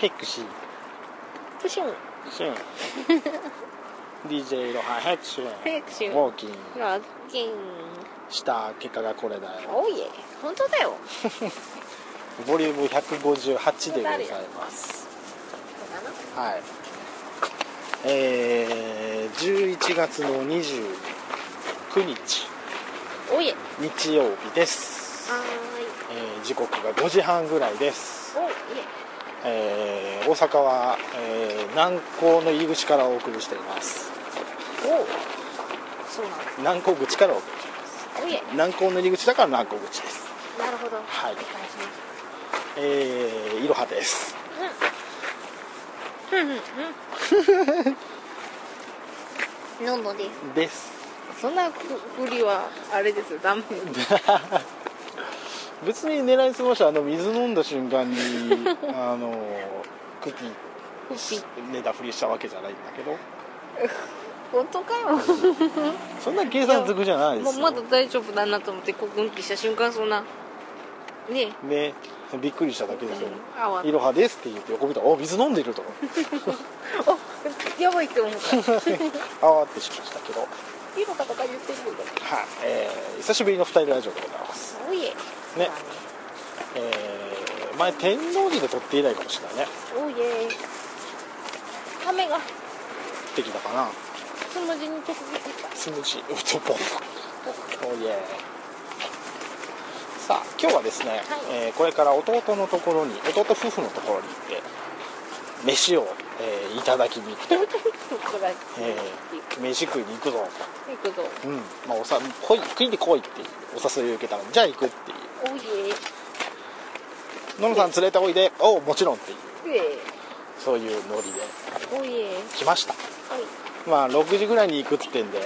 Hexi. Pushen. Schön. DJ ロハヘッシュヘッシュウォーキングラッキン。した結果がこれだよおいえ。本当だよ。ボリューム158でございますはいえー、11月の29日おいえ。日曜日です、はえー時刻が5時半ぐらいですーい。、おいえー大阪は、えー南港の入り口からお送りしていますえ。おう。そうなんだ。南港口からお送りしていおいえま。す南港の入り口だから南港口ですなるほど。はい理解しましえー、いろはですた。うん。うんうん。のんのです。ですそんなふりはあれですよ。ダメ。別に狙いすましたあの水飲んだ瞬間 にあのクッキふぴ。ー寝たふりしたわけじゃないんだけど本当かよ。そんな計算づくじゃないでもうすよまだ大丈夫だなと思ってこう分岐した瞬間そんなねねびっくりしただけですようんあわいろはです」って言って横見たら「お水飲んで る」とあやばいって思ったあわってしましたけど、はいいのかとか言ってるけどえー久しぶりの二人ラジオでございますおいえねえー前天王寺で撮って以来かもしれないねおいえ雨ができたかなつむじに直撃したスムージーウッドポンおいえさあ今日はですね、えーこれから弟のところに弟夫婦のところに行って飯を、えーいただきに行くと、こらえー飯食いに行くぞ行くぞと、うんまあ、おさ来い食いに来いっていうお誘いを受けたのでじゃあ行くっていおいえうののさん連れておいでおうもちろんっていううえそういうノリでおいえ来ましたまあ6時ぐらいに行くってんで、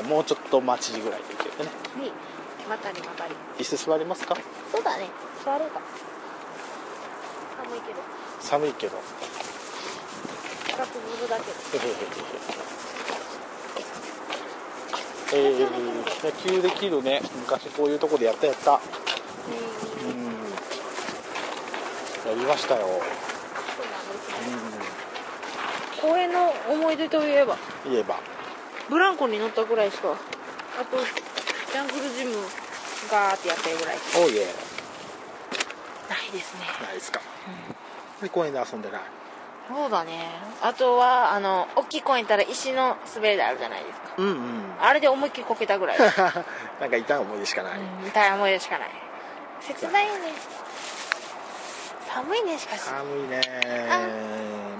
えーもうちょっと待ちぐらいで行けてねおいねまたりまたり椅子座りますかそうだね座ろうか寒いけど寒いけどガクブルだけどえー、野球できるね昔こういうとこでやったやったうんうんやりましたよそうなんですねう公園の思い出といえばん言えばブランコに乗ったぐらいしかあとジャングルジムガーってやってるぐらいしかおいえないですねないですか、で公園で遊んでないそうだねあとはあの大きい公園行ったら石の滑り台あるじゃないですかうんうんあれで思いっきりこけたぐら い、なんか痛い思い出しかない、うん、痛い思い出しかない切ないね寒いねしかし寒いね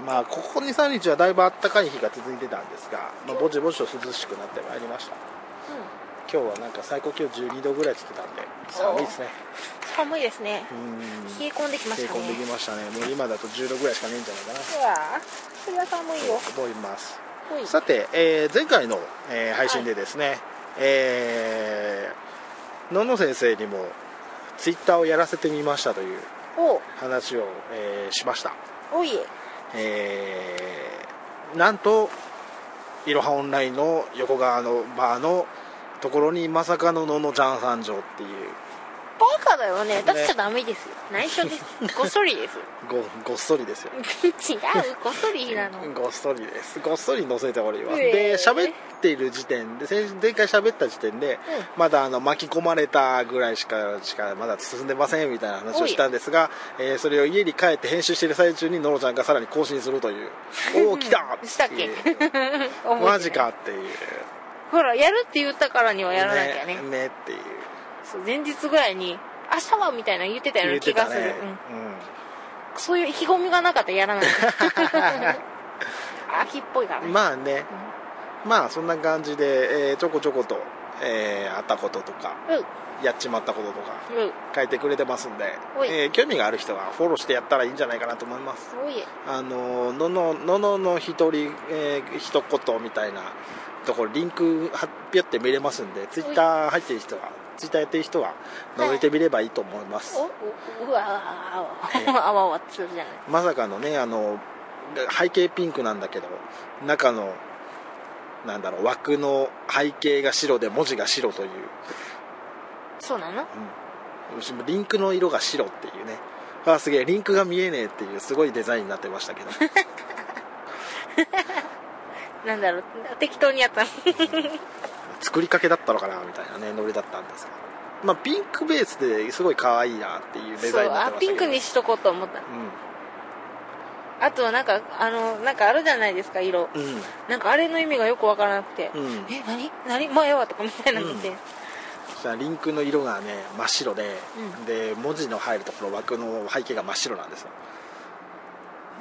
まあここ23日はだいぶあったかい日が続いてたんですが、まあ、ぼちぼちと涼しくなってまいりましたうん今日はなんか最高気温12度ぐらいつってたんで寒いですね寒いですねうん冷え込んできま冷えしたね込んできましたねもう今だと10度ぐらいしかねえんじゃないかなうわそれは寒いよと思いますほいさて、えー前回の、えー配信でですね、えーのんの先生にもツイッターをやらせてみましたというお話を、えーしました、おいええーなんといろはオンラインの横側のバーのところにまさかのののちゃん参上っていうバカだよね出しちゃダメですよ 内緒ですこっそりですごごっそりですよ 違うこっそりなのごっそりですごっそり載せております、うえーで喋っている時点で先前回喋った時点で、まだあの巻き込まれたぐらいしかしかまだ進んでませんみたいな話をしたんですが、えーそれを家に帰って編集している最中にのろちゃんがさらに更新すると いうおお来たっていうしたっけ思い出ない マジかっていうほらやるって言ったからにはやらなきゃねねっていうそう前日ぐらいに明日はみたいなの言ってたよ言っうな気てがたする、ねうん、そういう意気込みがなかったらやらない 秋っぽいからうね、んまあねまあそんな感じで、えーちょこちょこと、えーあったこととかうんやっちまったこととかうん書いてくれてますんでお、いえー興味がある人はフォローしてやったらいいんじゃないかなと思いますすごいえあのののののの一人、えー一言みたいなところリンクはぴょって見れますんでツイッター入ってる人はツイッターやってる人ははい覗いてみればいいと思います、おおうわあわあわあわってするじゃないまさかのねあの背景ピンクなんだけど中のなんだろう枠の背景が白で文字が白というそうなのうん、リンクの色が白っていうねあーすげえリンクが見えねえっていうすごいデザインになってましたけどなんだろう適当にやったの作りかけだったのかなみたいなねノリだったんですけど、まあ、ピンクベースですごい可愛いなっていうデそザうインになっあてましピたンけどクにしとこうと思ったあとはなんかあのなんかあるじゃないですか色うんなんかあれの意味がよくわからなくて、うんうんえ何何もうええわとかみたいなので、そしたらリンクの色がね真っ白で、うで文字の入るところ枠の背景が真っ白なんですよ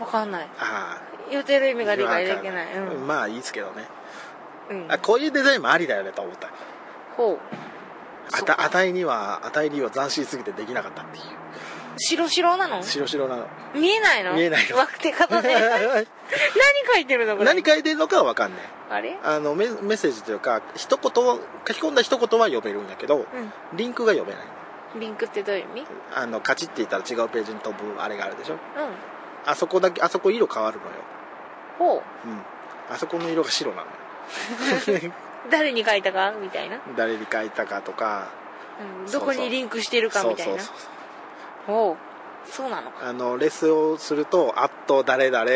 わかんないああ言ってる意味が理解できないうん、まあいいですけどね、うんあこういうデザインもありだよねと思ったほうあそうかたあたいにはあたいには斬新すぎてできなかったっていう白白なの白白なの見えないの見えないのわ手 方で何書いてるのこれ何書いてるのかは分かんないあれあのメメッセージというか一言を書き込んだ一言は読めるんだけど、リンクが読めないうんリンクってどういう意味うんあのカチッていったら違うページに飛ぶあれがあるでしょあそこだけあそこ色変わるのよほううんあそこの色が白なのよ誰に書いたかみたいな、誰に書いたかとかうん、そどうそうこにリンクしてるかそみうたそいうなそうほうそうなのか あのレスをすると「あっと誰々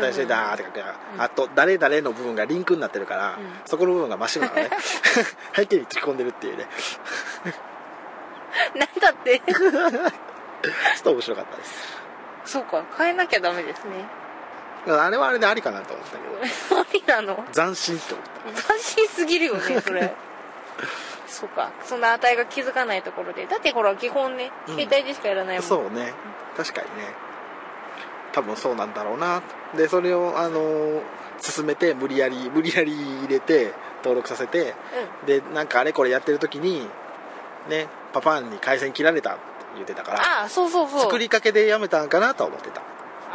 大してだ」って書くやん、うんあと誰々の部分がリンクになってるから、うんそこの部分が真っ白なの ね背景に突っ込んでるっていうねなんだって ちょっと面白かったですそうか変えなきゃダメですね あれはあれでありかなと思ったけど無理なの斬新って思った斬新すぎるよ ねそれそうかそんな値が気づかないところでだってほら基本ねうん携帯でしかやらないもん、そうね確かにね多分そうなんだろうなでそれをあの進めて無理やり無理やり入れて登録させてうんでなんかあれこれやってる時にねパパンに回線切られたって言ってたからああそうそうそう作りかけでやめたんかなとは思ってた、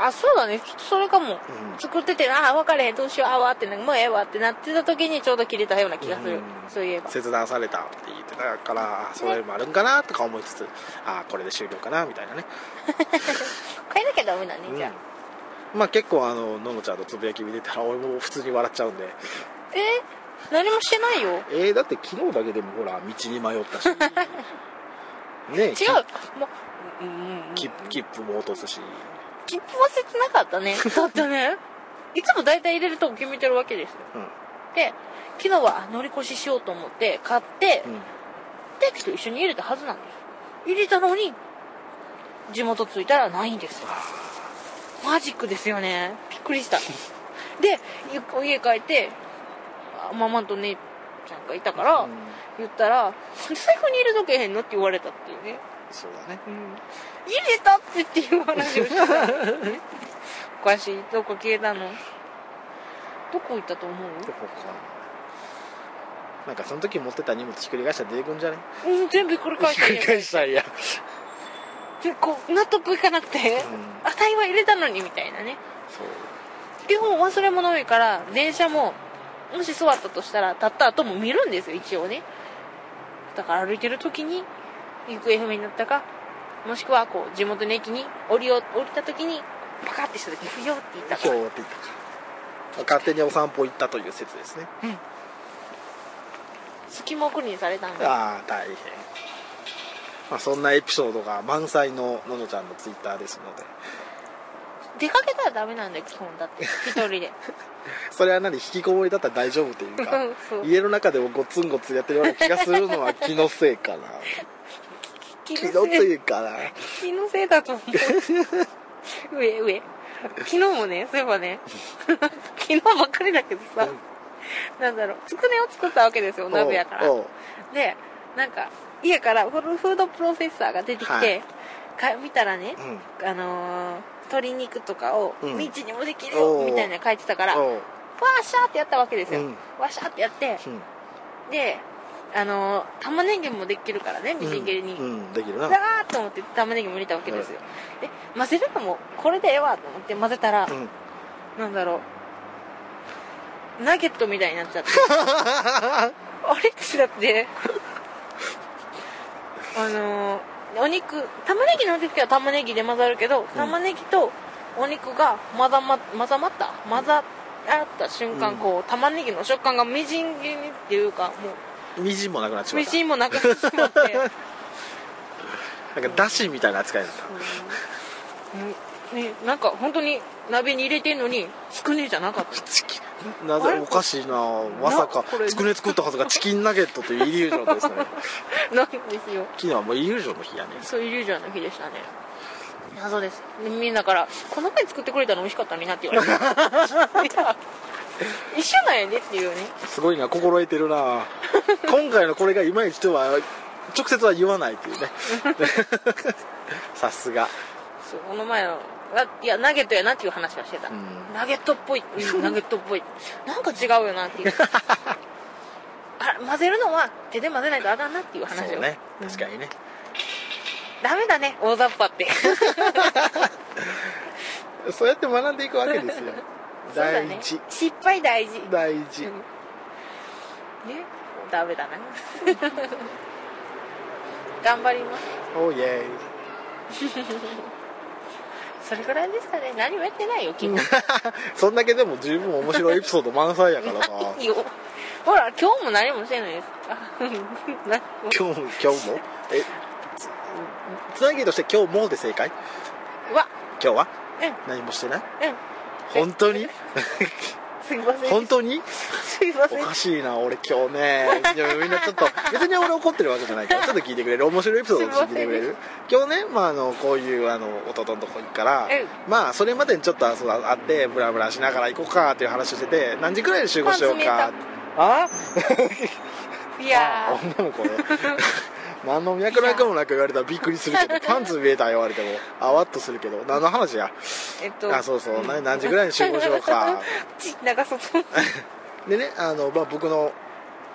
あそうだねきっとそれかも、うん作っててああ分かれへんどうしようああわってなんかもうええわってなってた時にちょうど切れたような気がする、うんそういえば切断されたって言ってたからあそれもあるんかなとか思いつつあこれで終了かなみたいなね、変えなきゃダメだね、うんじゃあまあ結構あのののちゃんのつぶやき見てたら俺も普通に笑っちゃうんでえー、何もしてないよえー、だって昨日だけでもほら道に迷った しねえ違うもううんき切切符も落とすし切符忘れてなかっ たねだってねいつも大体入れるとこ決めてるわけですようんで昨日はあ乗り越ししようと思って買って、うんテキと一緒に入れたはずなんです入れたのに地元着いたらないんですよマジックですよねびっくりしたでゆ家帰ってあママと姉ちゃんがいたから、うん言ったら「財布に入れとけへんの?」って言われたっていうねそうだねうん入れたってっていう話をしてた おかしいどこ消えたのどこ行ったと思うどこかななんかその時持ってた荷物ひっくり返したら出てくんじゃねうん全部ひっくり返ひしたっくんりや返したんや、でこう納得いかなくて、うん値は入れたのにみたいなねそう基本忘れ物多いから電車ももし座ったとしたら立った後も見るんですよ一応ねだから歩いてる時に行方不明になったかもしくはこう地元の駅に降りよう降りた時にパカッてした時に「不要」って言ったか今ら日って言ったか勝手にお散歩行ったという説ですね隙間送りにされたんだああ大変、まあ、そんなエピソードが満載のののちゃんのツイッターですので出かけたらダメなんだよ基本だって一人 でそれは何引きこもりだったら大丈夫っていうか そう家の中でもゴツンゴツンやってるような気がするのは気のせいかな 気気のせいかな気のせいだと思う 上上昨日もねそういえばね 昨日ばっかりだけどさ、なんだろうつくねを作ったわけですよ鍋やからおうおうでなんか家からフルフードプロセッサーが出てきて、はいか見たらね、うんあのー鶏肉とかをうんミンチにもできるおうおようみたいなの書いてたからわおうーしゃーってやったわけですよ、うんわーしゃーってやってうんであのー玉ねぎもできるからねみじん切りに、うんうんできるだなーっと思って玉ねぎも入れたわけですよ、で混ぜるのもこれでええわと思って混ぜたら、うん なんだろうナゲットみたいになっ ちゃってあれってだってあのーお肉玉ねぎの時は玉ねぎで混ざるけど、玉ねぎとお肉が混ざま混ざまった混ざった瞬う間、んこう玉ねぎの食感がみじん切りにっていうかもみじんもなくなっちうまみっじん もなくなってしまってたなんかだしみたいな扱いだったうんうんね、なんか本当に鍋に入れてんのにつくねじゃなかったチキンなあぜれおかしいなまさかこれつくね作ったはずがチキンナゲットというイリュージョンです ねなんですよ昨日はもうイリュージョンの日やねそういうイリュージョンの日でしたね謎ですでみんなから「この前作ってくれたの美味しかったのにな」って言われ ていや一緒なんやでっていうねすごいな心得てるな今回のこれがいまいちとは直接は言わないというね さすがそうこの前のないやナゲットやなっていう話はしてた、んナゲットっぽ い、うんナゲットっぽいなんか違うよなっていう あ混ぜるのは手で混ぜないとあかんなっていう話そをうねうん確かにね、ダメだね大雑把って そうやって学んでいくわけです よそうだ大ね事、失敗大事ね大事ダメだな 頑張りますおイ エイそれぐらいですかね何もやってないよ君そんだけでも十分面白いエピソード満載やから ないいよほら今日も何もしてないです あ何も今日も今日もえつつなぎとして今日もで正解うわ今日はうん何もしてないうん本 当にすいません本当にすいまおせんかしいな俺今日ねいやみんなちょっと別に俺怒ってるわけじゃないからちょっと聞いてくれる面白いエピソードとして聞いてくれすいる今日ね、まあ、あのこういうあの弟のとこ行くからええまあそれまでにちょっとそうだ会ってブラブラしながら行こうかっていう話をしてて何時くらいに集合しようパかンあいやあ女の子ね何の脈絡もなく言われたらびっくりするけ どパンツ見えた言われてもあわっとするけど何の話やーえっとあそうそう、な何時ぐらいに集合しようか ち長外でねあの、まあ、僕の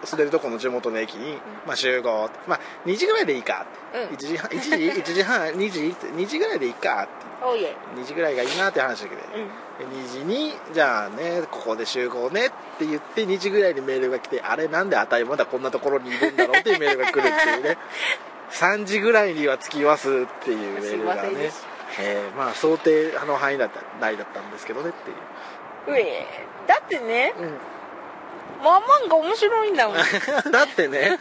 住んでるとこの地元の駅に、まあ、集合、まあ、2時ぐらいでいいかって、うん1時半1時 ,1 時半2時 って2時ぐらいでいいかって おいえ2時ぐらいがいいなって話だけど、で2時にじゃあねここで集合ねって言って2時ぐらいにメールが来てあれなんであたいまだこんなところにいるんだろうっていうメールが来るっていうね 3時ぐらいには着きますっていうメールがすいませんねでし、えーまあ想定の範囲だった内だったんですけどねっていう、うえだってねうん、まんまんが面白いん だもんだってね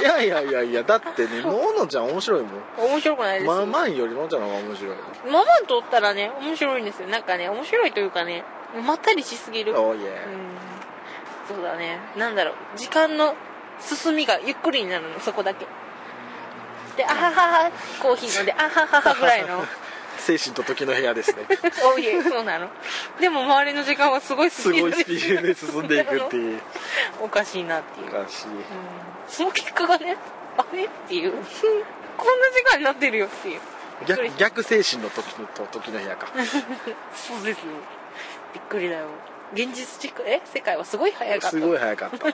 いやいやいやいやだってねののちゃん面白いもん面白くないですまあよまあよりののちゃんの方が面白いママとおったらね面白いんですよなんかね面白いというかねまったりしすぎるうんおいえそうだねなんだろう時間の進みがゆっくりになるのそこだけであはははコーヒー飲んであはははぐらい の精神と時の部屋ですねおいえそうなのでも周りの時間はすご いす進ごいみスピードで進んでいくっていう おかしいなっていう、うん、感じその結果がねあれっていう こんな時間になってるよっていう逆逆精神の時のと時の部屋かそうですよびっくりだよ現実世界え世界はすごい早かったすごい早かった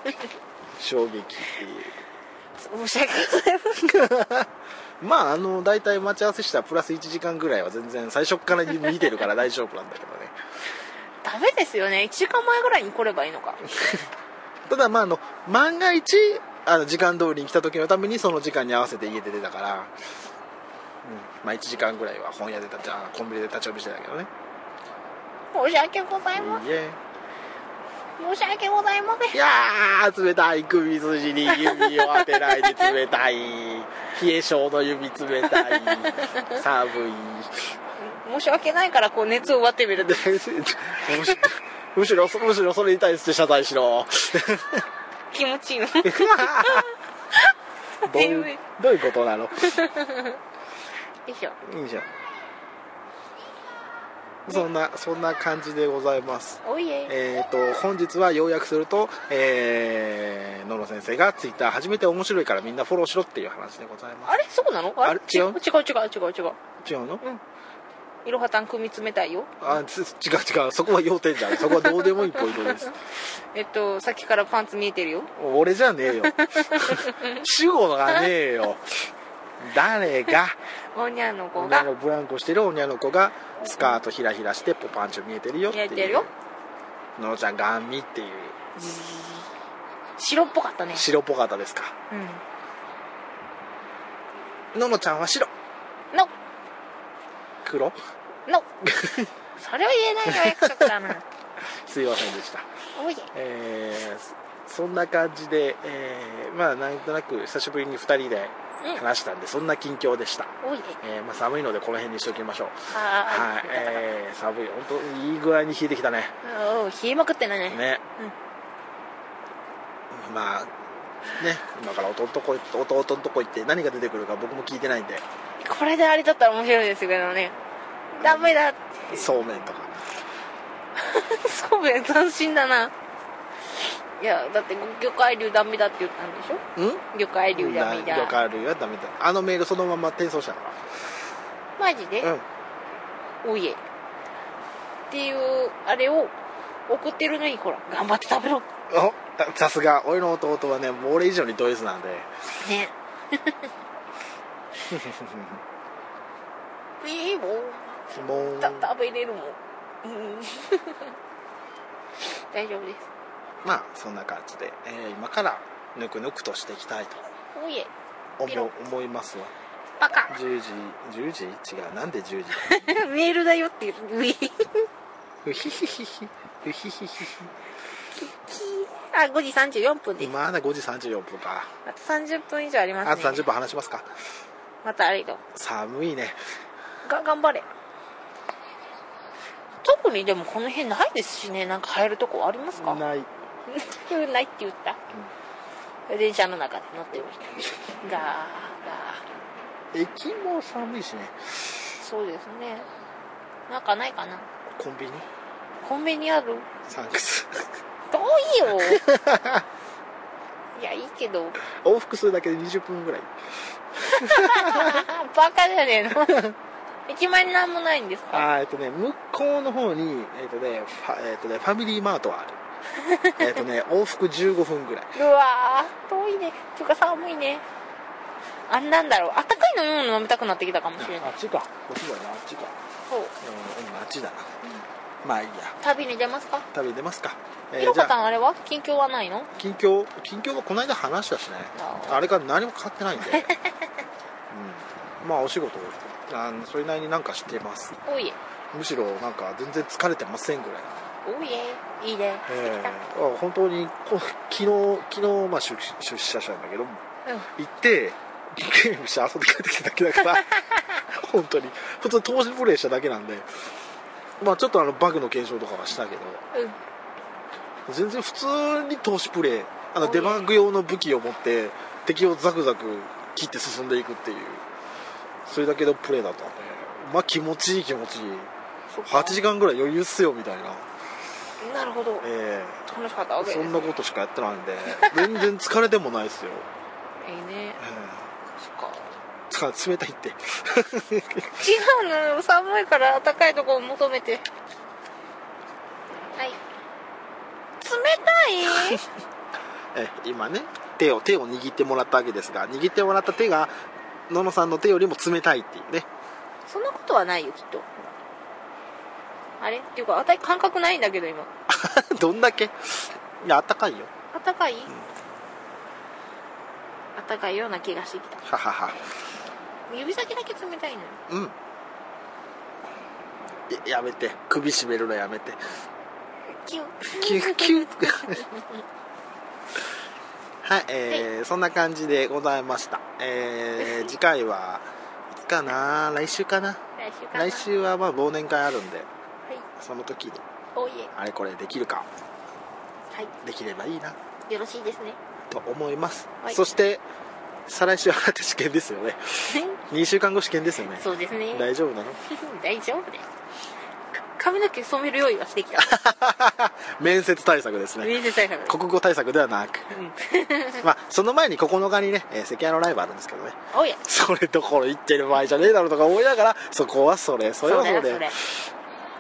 衝撃っていう申し訳ございませんまああの大体待ち合わせしたらプラス1時間ぐらいは全然最初っから見てるから大丈夫なんだけどねダメですよね1時間前ぐらいに来ればいいのかただまああの万が一あの時間通りに来た時のためにその時間に合わせて家で出たから、うんまあ、1時間ぐらいは本屋で立ちあコンビニで立ち読みしてたけどね申し訳ございまいいえせん申し訳ございませんいやー冷たい首筋に指を当てないで冷たい冷え性の指冷たい寒い申し訳ないからこう熱を奪ってみるでむしむしろむしろそれに対して謝罪しろ気持ちいい のどういうどういうことなのでしょいいじゃんそんなそんな感じでございますおいええっ、と本日は要約するとえー、野呂先生がツイッター初めて面白いからみんなフォローしろっていう話でございまあれそうなのあれ違う違う違う違う違う違うす違うのいろはたん組み詰めたいよあつ違う違うそこは要点じゃんそこはどうでもいいポイントですえっとさっきからパンツ見えてるよ俺じゃね えよ主語がねえよ誰がおにゃの子女がのブランコしてる女の子がスカートひらひらしてポパンチョ見えてるよって見いうえてるよ野呂ちゃんがんみっていう白っぽかったね白っぽかったですかうんののちゃんは白の黒の それは言えないの約束 だなすいませんでしたおいええーそそんな感じで、えーまあなんとなく久しぶりに2人でうん話したんで、そんな近況でした、おいでえーまあ、寒いのでこの辺にしておきましょうははい、えー寒い本当にいい具合に冷えてきたねーいおう冷えまくってないねね、まあね今から弟んとこ弟んとこ行って何が出てくるか僕も聞いてないんでこれであれだったら面白いですけどねダメだそうめんとか そうめん斬新だないやだって魚介流ダメだって言ったんでしょうん魚介流ダメだ魚介類はダメだあのメールそのまま転送したかマジでらうんおいえっていうあれを送ってるのにほら頑張って食べろおたさすが俺の弟はねもう俺以上にド S なんでねいいもんもうた食べれるもん、うん、大丈夫ですまあそんな感じで、えー今からぬくぬくとしていきたいとおいえ思ピロう思いますわバカ10時10時違うなんで10時 メールだよって言うウィーうひひひひうひ ひひひあ5時34分ですまだ5時34分かあと30分以上ありますねあと30分話しますかまたあれだ寒いねが頑張れ特にでもこの辺ないですしねなんか入るとこありますかない ないって言った、電車の中で乗ってましたガーガ駅も寒いしねーそうですねなんかないかなコンビニコンビニあるサンクス遠いよいやいいけど 往復するだけで20分ぐらいバカじゃねえの駅前になんもないんですかあーえっとね向こうの方にえっとねファ,、えっとねファミリーマートはある えっとね往復15分ぐらいうわー遠いねていうか寒いねあんなんだろうあったかい飲み物飲みたくなってきたかもしれないっちかこっちだなあっちかそううん、うん、あっちだな、まあいいや旅に出ますか旅に出ますか、えひろじこゃたあんあれは近況はないの近況近況はこの間話したしねあーあれから何も変わってないん で、うん、まあお仕事あのそれなりになんかしてますおいえむしろなんか全然疲れてませんぐらいおいえいいねしてきた、えーあ本当にこ昨日昨日、まあ、出出社したんだけど行うんってゲームして遊んで帰ってきただけだから 本当に普通投資プレイしただけなんでまあちょっとあのバグの検証とかはしたけどうん全然普通に投資プレイあおのいデバッグ用の武器を持って敵をザクザク切って進んでいくっていうそれだけのプレイだったんでまあ気持ちいい気持ちいいそっか8時間ぐらい余裕っすよみたいななるほどええ楽しかったわけですそねんなことしかやってないんで全然疲れてもないですよ、いいねええそっか疲れ冷たいって違うのよ寒いから暖かいとこを求めてはい冷たいええ今ね手を手を握ってもらったわけですが握ってもらった手がののさんの手よりも冷たいっていうね そんなことはないよきっとあれっていうか私感覚ないんだけど今どんだけいやあったかいよ暖かい暖かいような気がしてきたははは指先だけ冷たいのようんややめて首絞めるのやめてキュンキュッキュッ はい、えーそんな感じでございました、えー次回はいつかな来週かな 来週かな来週はまあ忘年会あるんではいその時においえあれこれできるかはできればいいないよろしいですねと思います、はいそして再来週はあなた試験ですよね2週間後試験ですよねそうですね大丈夫なの 大丈夫ですか髪の毛染める用意はしてきた 面接対策ですね面接対策国語対策ではなく、 まあその前に9日にね、えー、関谷のライブあるんですけどねおいえそれどころ言ってる場合じゃねえだろうとか思いながらそこはそれそれはそれだ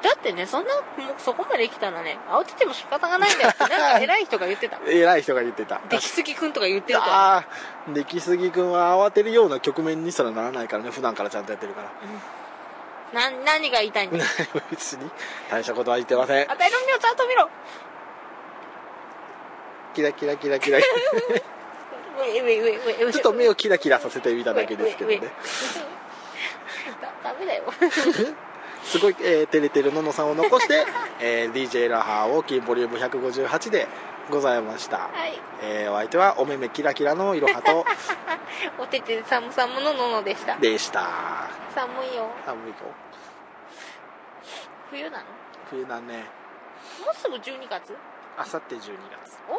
だってねそんなもうそこまで来たらね慌てても仕方がないんだ よってなんか偉い人が言ってた偉い人が言ってた出来すぎくんとか言ってると思うああー出来すぎ君は慌てるような局面にすらならないからね普段からちゃんとやってるからな何が言いたいん だ別に大したことは言ってませんあたいの目をちゃんと見ろキラキラキラキラちうえうえうえうえ うえょっと目をキラキラさせてみただけですけどうえうねえだダメだよ す ごい、えー、照れてるののさんを残して、えー DJ ラハーをキーボリューム158でございました、はいえーお相手はお目目キラキラのいろはとおてて寒さものののでしたでした寒いよ寒いよ冬なの冬だねもうすぐ12月あさって12月お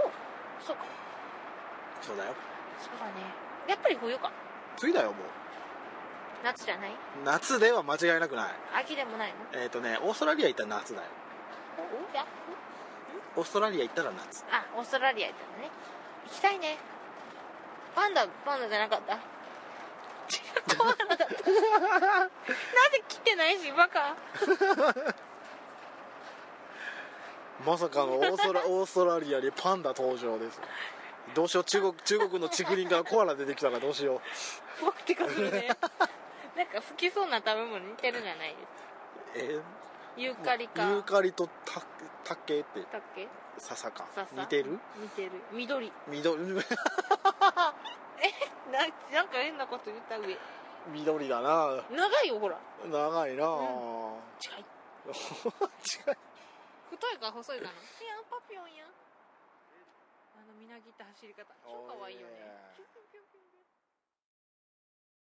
そうかそうだよそうだねやっぱり冬か冬だよも夏じゃないう夏では間違いなくない秋でもないのえっ、とねオーストラリア行ったら夏だよおおやオーストラリア行ったら 夏あオーストラリア行ったのね行きたいねパンダパンダじゃなかった違うコアラだったなぜ来てないしバカまさかのオーストラオーストラリアにパンダ登場ですどうしよう中国中国の竹林からコアラ出てきたからどうしよ怖くてかするね なんか好きそうな食べ物似てるじゃないですかうえユーーカリかユーカリとた竹ってだっけ笹か笹似てる似てる緑緑 ななんか変なこと言った上緑だな長いよほら長いな、う違近いう太いか細いかないやパピョンやあのみなぎった走り方超かわいいよねおーピョンピョンピョンピョン